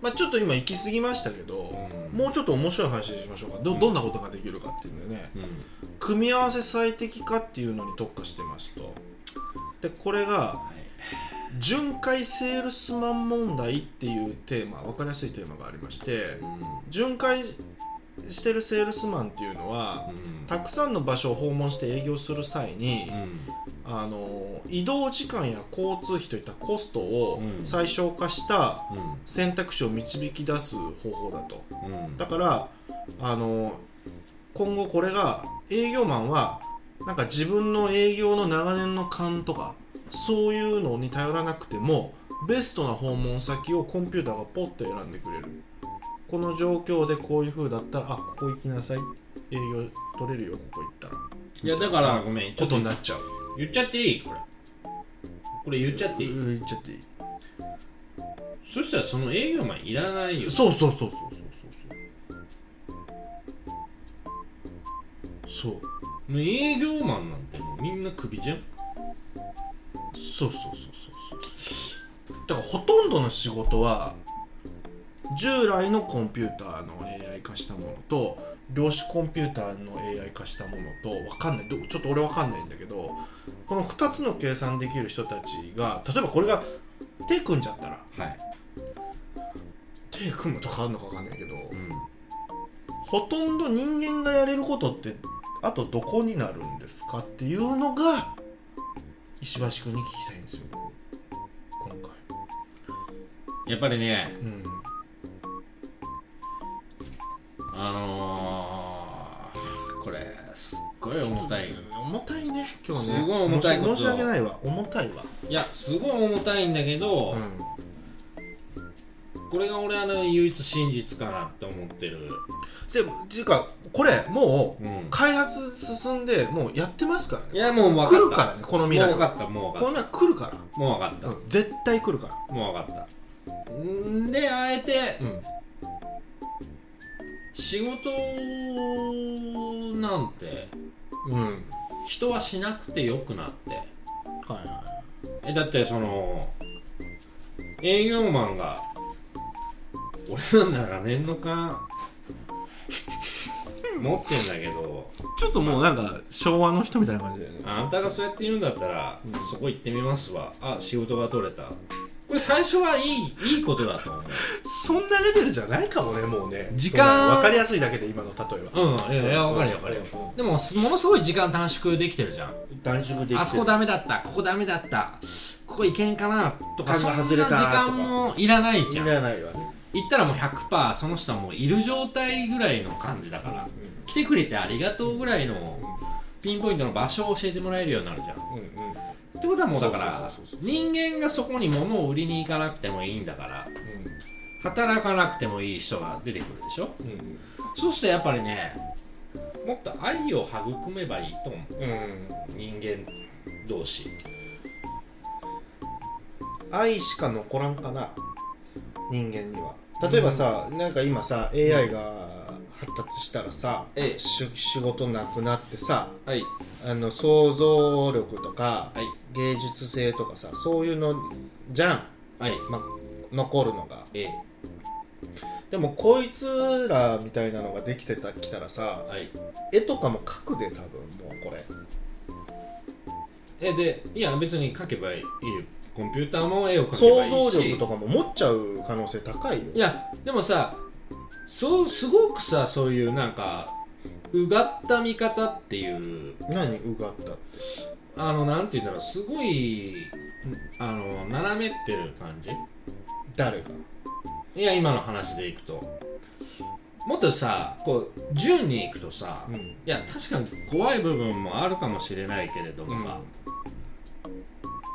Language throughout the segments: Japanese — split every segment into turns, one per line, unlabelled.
まあ、ちょっと今行き過ぎましたけど、
うん
もうちょっと面白い話にしましょうかどどんなことができるかっていうんでね
うん
組み合わせ最適化っていうのに特化してますとでこれが
はい
「巡回セールスマン問題」っていうテーマ分かりやすいテーマがありまして巡回してるセールスマンっていうのは
うん
たくさんの場所を訪問して営業する際に、
うん
あの移動時間や交通費といったコストを
うん
最小化した
うん
選択肢を導き出す方法だと
うん
だからあの今後これが営業マンはなんか自分の営業の長年の勘とかそういうのに頼らなくてもベストな訪問先をコンピューターがポッと選んでくれるこの状況でこういう風だったらあここ行きなさい営業取れるよここ行ったら
いやだからごめんち
ち
ょ
ょ
っ
っ
と
とになっちゃう
言っちゃっていいこれこれ言っちゃっていい
うん言っちゃっていい
そしたらその営業マンいらないよ
そうそうそうそうそうそうそう
もう営業マンなんてもうみんなクビじゃん
そうそうそうそうそうだからほとんどの仕事は従来のコンピューターの AI 化したものと量子コンピューターの AI 化したものとわかんないどちょっと俺わかんないんだけどこの2つの計算できる人たちが例えばこれが手組んじゃったら
はい
手組むとかあるのかわかんないけど、
うん
ほとんど人間がやれることってあとどこになるんですかっていうのが石橋君に聞きたいんですよ僕今回
やっぱりね
うん
あのー、これすっごい重たい
重たいね今日ね
すごい重たいこ
申
と
し申し訳ないわ重たいわ
いやすごい重たいんだけど、
うん
これが俺はね唯一真実かなって思ってる
でもっていうかこれもう
うん
開発進んでもうやってますから
い
ね
やもう分かった
来るからねこの未来
もう分
は
かったもう分
こ
か
の未
っ
来来るか
たもう分かった
ら、うん絶対来るから
もう分かったんであえて
うん
仕事なんて
うん
人はしなくてよくなって
はいは
えだってその営業マンが俺の長年の勘持ってんだけど
いちょっともうなんか昭和の人みたいな感じだよね
あんたがそうやって言うんだったら、そこ行ってみますわあ仕事が取れたこれ最初はいいいいことだと思う
そんなレベルじゃないかもねもうね
時間
分かりやすいだけで今の例えば
うんいやいや分かるよ分かるよでもすものすごい時間短縮できてるじゃん
短縮できてる
あそこダメだったここダメだったここ行けんかなとか
勘
そん
が
な
外
時
れたとか
間もいらないじゃん
い
行
らないわね
ったらもう100%その人はもういる状態ぐらいの感じだから来てくれてありがとうぐらいのピンポイントの場所を教えてもらえるようになるじゃんっ
うんうん
てことはもうだから
そうそうそう
人間がそこに物を売りに行かなくてもいいんだから働かなくてもいい人が出てくるでしょ
うん
そうするとやっぱりねもっと愛を育めばいいと思う
うんうん
人間同士
愛しか残らんかな人間には例えばさ、なんか今さ AI が発達したらさ、
ええ
し仕事なくなってさ
はい
あの想像力とか、
はい
芸術性とかさそういうのじゃん、
はい
ま、残るのが
ええ
でもこいつらみたいなのができてたきたらさ
はい
絵とかも描くで多分もうこれ
えでいや別に書けばいいよコンピューターも絵を描けば
想
いいし
像力とかも持っちゃう可能性高いよ
いやでもさそうすごくさそういうなんかうがった見方っていう
何うがったって
あのなんて言うんだろうすごいあの斜めってる感じ
誰が
いや今の話でいくともっとさこう順にいくとさ、
う
い
ん
や確かに怖い部分もあるかもしれないけれども、
うん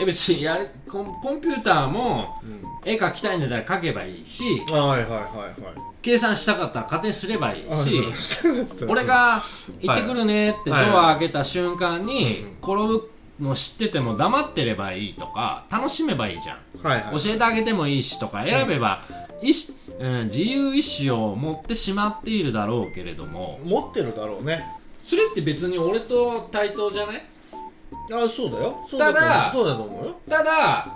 え別にやれコンコンピューターも
うん
絵描きたいんだったら描けばいいし
はいはいはいは
計算したかったら勝手にすればいい
い
し
あそうだった
俺が「行ってくるね」ってド
はい
ア開けた瞬間
う
に
ん
転ぶの知ってても黙ってればいいとか楽しめばいいじゃん
はいはい
教えてあげてもいいしとか選べば意思、うん、自由意志を持ってしまっているだろうけれども
持ってるだろうね
それって別に俺と対等じゃない
あそうだよそう
ただ
と思うそうだと思うよ
ただ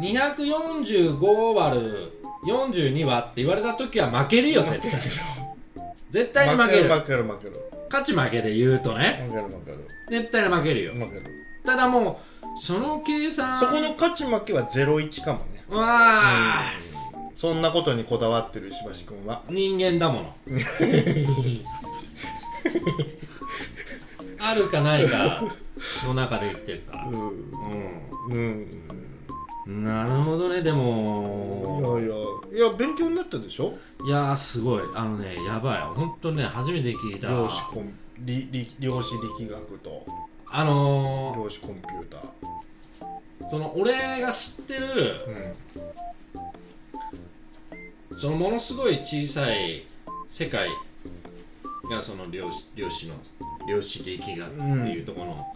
245割る42はって言われた時は負けるよ絶対絶対に負
負
け
け
る
る負ける負ける
勝ち負けで言うとね
負ける負ける
絶対に負けるよ
負ける
ただもうその計算
そこの勝ち負けは01かもね
うわあ、
そんなことにこだわってる石橋君は
人間だもの あるかないかの中で生きてるから
うん
う
うん
んなるほどねで
い
も
やいやいや勉強になったでしょ
いやーすごいあのねやばい本当ね初めて聞いた
量子コンりり量子力学と
あの
量子コンピューター
ー、その俺が知ってる
う
そのものすごい小さい世界がその量子量子の量子力学っていうところの、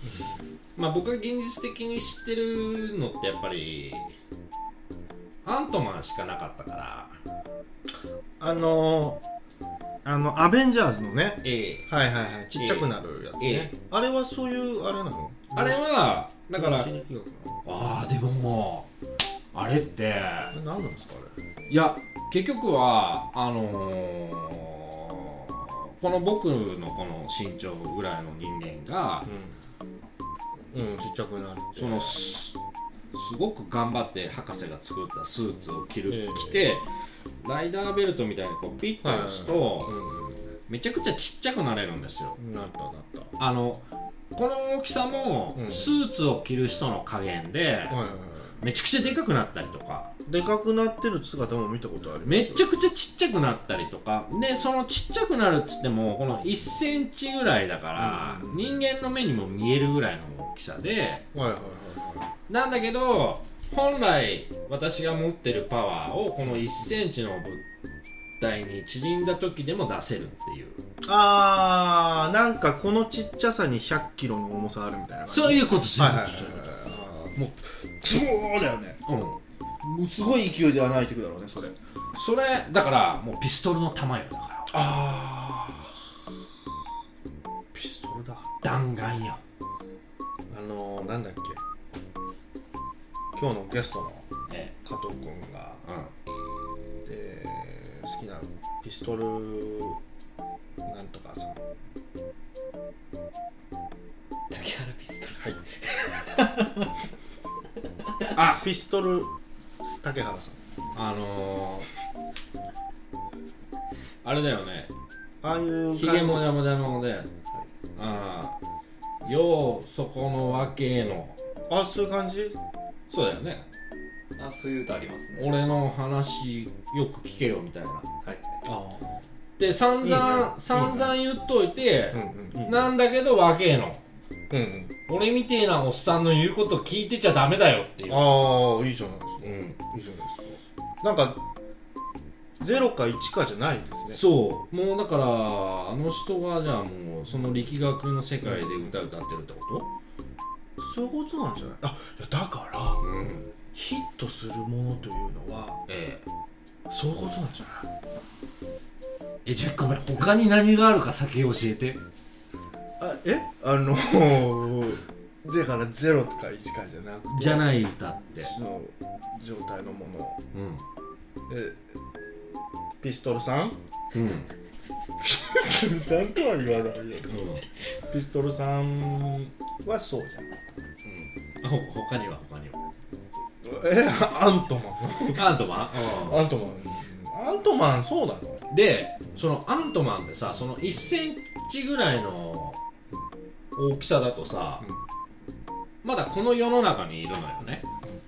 まあ僕が現実的に知ってるのってやっぱりアントマンしかなかったから
あのー、あのアベンジャーズのね
ええ
はいはいはいちっちゃくなるやつね、
ええ
あれはそういうあれなの
あれはだから
量子力学なの
ああでももうあれって
あれ何なんですかあれ
いや結局はあのー、この僕のこの身長ぐらいの人間が
うん、ちっちゃくなる
そのすすごく頑張って博士が作ったスーツを着る、
ええ
着てライダーベルトみたいにこうピッと押すと
う
めちゃくちゃちっちゃくなれるんですよ
ん、なったなった
あのこの大きさも
うん
スーツを着る人の加減で
はいはいは
めちゃくちゃでかくなったりとか
いでかくなってる姿も見たことあります
めち
ゃ
ゃくちゃちっちゃくなったりとかでそのちっちゃくなるっつってもこの1センチぐらいだから
うん
人間の目にも見えるぐらいの大きさで
はいはいはいは
なんだけど本来私が持ってるパワーをこの1センチの物体に縮んだ時でも出せるっていう
いあーなんかこのちっちゃさに1 0 0キロの重さあるみたいな感じ
そういうことする
はいはいはいはいはい
もう
そうだよね
うん
もうすごい勢いではないてくだろうねそれ
それだからもうピストルの弾よだから
あピストルだ
弾丸よ
あのー、なんだっけ今日のゲストの
え
加藤君が、
えうん
えー好きなピストルなんとかさん
竹原ピストルズ、
あピストル竹原さん
あのー、あれだよね
ああいう
ひげもじゃもじゃので、ああようそこのわけの
あそういう感じ
そうだよね
あそういう歌ありますね
俺の話よく聞けよみたいな
はい
あ
で散々
いいね
散々言っといて
あうんうんいいね
なんだけどわけの
うんうん
俺みてえなおっさんの言うこと聞いてちゃダメだよっていう
ああいいじゃないですか
うん
いいじゃないですかなんか0か1かじゃないですね
そうもうだからあの人はじゃあもうその力学の世界で歌歌ってるってこ
そういうことなんじゃないあいやだから
とうん
ヒットするものというのは
ええ
そういうことなんじゃない
えちょっとごめん他に何があるか先教えて
あえあのー、 だから0とか1かじゃなくて
じゃない歌って
その状態のもの
うん
えピストルさん
うん
ピストルさんとは言わないよ
う
ピストルさんはそうじゃん
んほ他には他には
え アントマ
アントマン
ンアントマンアントマンそうなの
でそのアントマンってさその1センチぐらいの大きさだとさ、まだこの世の中にいるのよね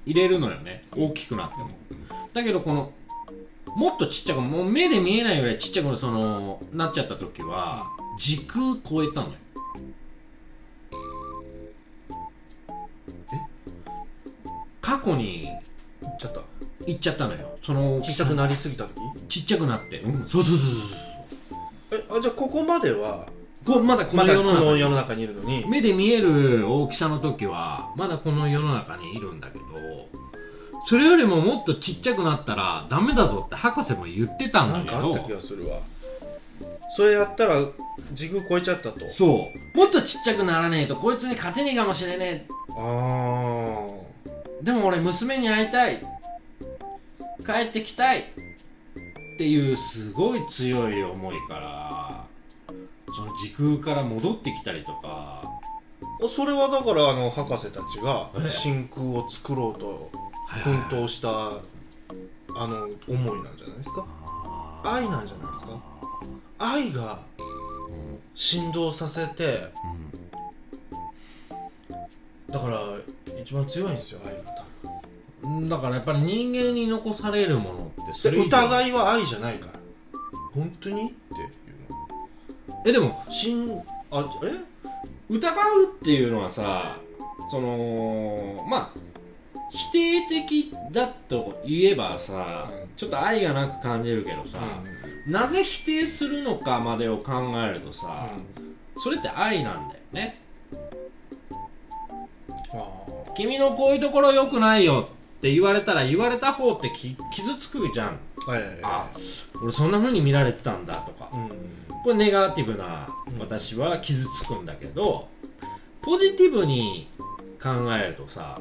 入れるのよね大きくなってもだけどこのもっとちっちゃくもう目で見えないぐらいちっちゃくそのなっちゃった時は時空超えたのよ過去に
言っちゃった
行っちゃったのよその大
ち
き
っち
さ
ゃくなりすぎた時
ちっちゃくなって、うん、そうそうそうそう
えあじゃあここまでは
そうこまだこ
ま
の
だ
世
こ
の中
の世の中にいるのに
目で見える大きさの時はまだこの世の中にいるんだけどそれよりももっとちっちゃくなったらダメだぞって博士も言ってたん
な
だ
ん
け
かあった気
ど
がするわそれやったら時空超えちゃったと
そうもっとちっちゃくならねえとこいつに勝てねえかもしれね
ああ
えでも俺娘に会いたい帰ってきたいっていうすごい強い思いからその時空から戻ってきたりとか
それはだからあの博士たちが
ええ
真空を作ろうと奮闘したあの思いなんじゃないですか愛なんじゃないですか愛が振動させてだから一番強いんですよ愛が
うんだからやっぱり人間に残されるものって
多
そ
分
れ
で
以上
疑いは愛じゃないから本当にっていう
えでも
のしんあえ
疑うっていうのはさそのまあ否定的だと言えばさ、
うん
ちょっと愛がなく感じるけどさ、なぜ否定するのかまでを考えるとさ、それって愛なんだよね
あ
君のこういうところ良くないよって言われたら言われた方ってき傷つくじゃん
あええ
あ俺そんな風に見られてたんだとか
うん
これネガティブな
うん
私は傷つくんだけどポジティブに考えるとさ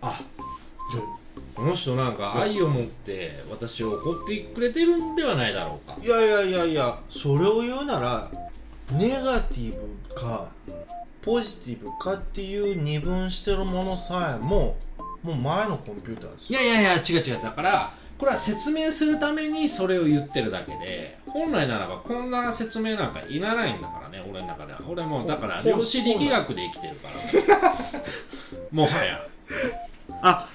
あこの人なんか愛を持って私を怒ってくれてるんではないだろうか
いやいやいやいやそれを言うならネガティブかポジティブかっていう二分してるものさえももう前のコンピューターです
い
よ
やいやいや違う違うだからこれは説明するためにそれを言ってるだけで本来ならばこんな説明なんかいらないんだからね俺の中では俺もうだから
ほほ
量子力学で生きてるからもはや
あ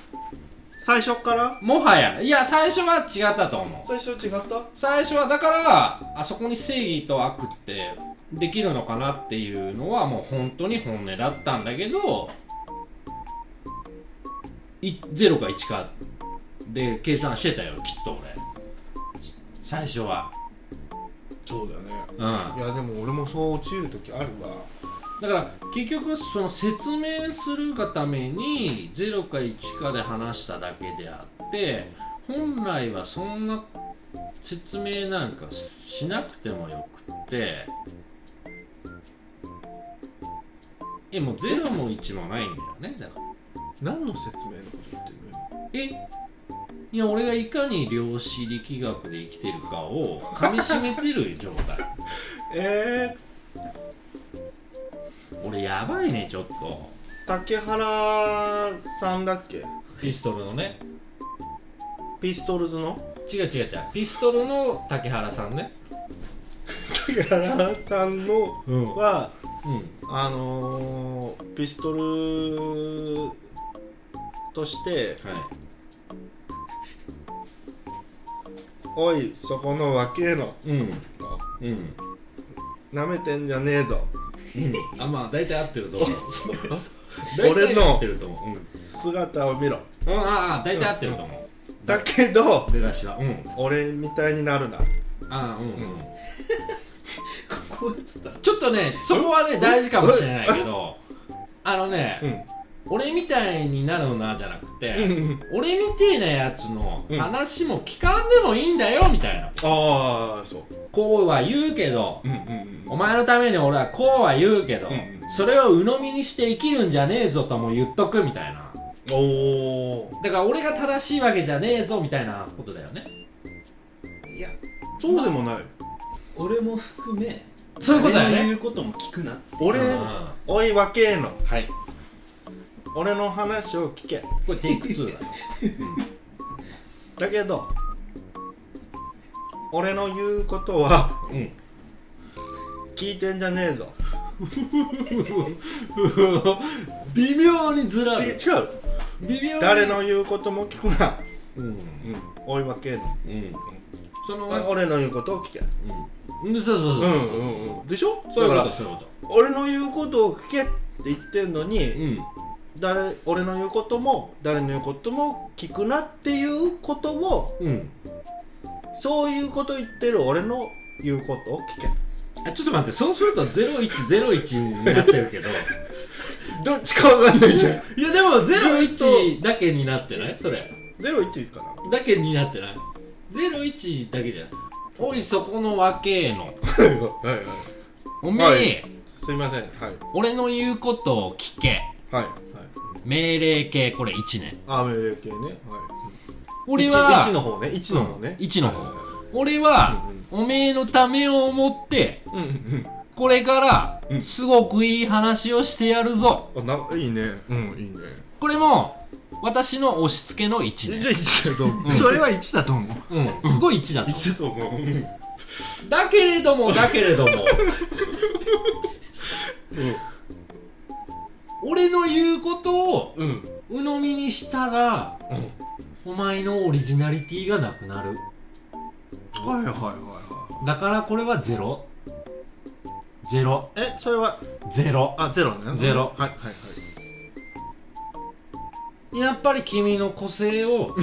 最初から
もはやいや最初は違ったと思
最
う
初違った
最初はだからあそこに正義と悪ってできるのかなっていうのはもう本当に本音だったんだけどい0か1かで計算してたよきっと俺最初は
そうだよね
うんだ
いやでも俺もそう落ちる時あるわ
から結局その説明するがために0か1かで話しただけであって本来はそんな説明なんかしなくてもよくってえもう0も1もないんだよねだから
何の説明のこと言ってるの
えいや俺がいかに量子力学で生きてるかを噛みしめてる状態
えー、
俺やばいねちょっと
竹原さんだっけ
ピストルのね
ピストルズの
違う違う違うピストルの竹原さんね
竹原さんの
うん
は
うん
あのー、ピストルとして
は
「おいそこの若えの
いうんうん
なめてんじゃねえぞ
あまあ大体合ってると思う
俺の
大体合ってると思う、うん
姿を見ろ
うん、ああ大体合ってると思う、
だけど
出だしはうん
俺みたいになるな」
ああうんうん、
ここはちょっと
ちょっとねそこはね大事かもしれないけどあのね、俺みたいになるなじゃなくて、
うん
俺みてえなやつの
うん
話も聞かんでもいいんだよみたいな
ああそう
こうは言うけど
うんうん
お前のために俺はこうは言うけど、
うんうん
それを鵜呑みにして生きるんじゃねえぞとも言っとくみたいな
おお
だから俺が正しいわけじゃねえぞみたいなことだよね
いや
そうでもない
俺も含め
そういうことだよ
誰の
ね
言うことも聞くな
俺
うん
おい若えの
はい
俺の話を聞け
これテイク2だよ
だけど俺の言 うことは
うん
聞いてんじゃねえぞ
微妙にずら
ち
る
違う
微妙に
誰の言うことも聞くな
うん
おい若えの
うんその
あ俺の言うことを聞け
うんでそうそう
う
そう
んうんでしょ
そういう
だ
こ
か
と
ら
そういうこ
俺の言うことを聞けって言ってんのに、
とうん
誰俺の言うことも誰の言うことも聞くなっていうことを
うん
そういうこと言ってる俺の言うことを聞け
あちょっと待ってそうすると0101になって るけど
どっちかわかんないじゃん
いやでも01だけになってないそれ
01かな
だけになってない01だけじゃないおいそこの若えの
はいはいはい
おめえ、
はいすいませんはい
俺の言うことを聞け
はいはい
命令系これ1年
アメリ系ねは
俺
1
は
の方ね1の方ね
1の方俺はおめえのためを思って
うんうん
これか
う
ら
ん
すごくいい話をしてやるぞ
うんあないいねうんいいね
これも私の押し付けの1ね
じゃあ1だと思うそれは1だと思う
うんすごい1だと
1だと思ううん
だけれどもだけれども俺の言うことを
うん
鵜呑みにしたら
うん
お前のオリジナリティがなくなる
はいはいは
だからこれはゼロゼロ
いはいえそれは
ゼロ
あゼロね
ゼロ
はいはいはい
やっぱり君の個性を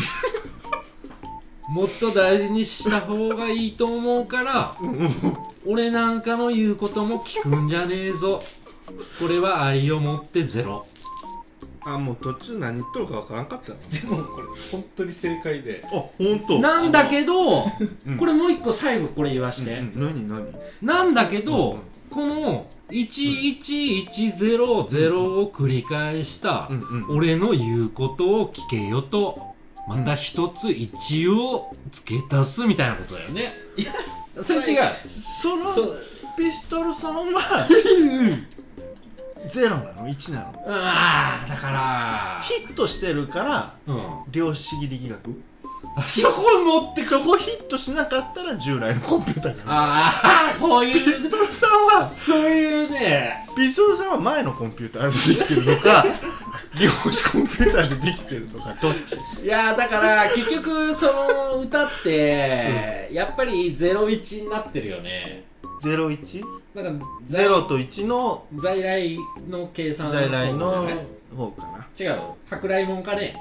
もっと大事にした方がいいと思うから俺なんかの言うことも聞くんじゃねえぞこれは愛を持ってゼロ
あもう途中何言っとるかわからんかったな
でもこれ本当に正解で
あ本当
なんだけど、
うん
これもう一個最後これ言わして、
うん何何
なんだけど、
うんうん
この11100を繰り返した、
うんうん
俺の言うことを聞けよとまた一つ一を付け足すみたいなことだよね、
いや
それ違う
その
そう
ピストルさん はゼロなの1なの
ああだから
ヒットしてるから
うん
量子力学
あそこ持って
そこヒットしなかったら従来のコンピューターじゃない
ああそう
ピ
いう
ストルさんは
そういうね
ピストルさんは前のコンピューターでできてるの か量子コンピューターでできてるのかどっち
いやーだから結局その歌って、やっぱり01になってるよね
01
だから
ゼロと1の
在来の計算
在来の
ね
方かな
違う舶来もんかね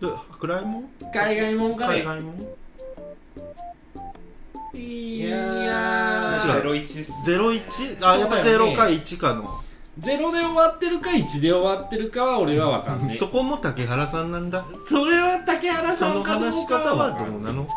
ど暗いもん
海外もんか
海
ね
外もん
い
いや
ー
ゼロ一です
ゼロ一あ、やっぱ
そうだよね
0か1かの、
ゼロで終わってるか1で終わってるかは俺は分かんない
そこも竹原さんなんだ
それは竹原
そ
さん
の
かど
話し
うか
方は
は分か
どうん
な
ないの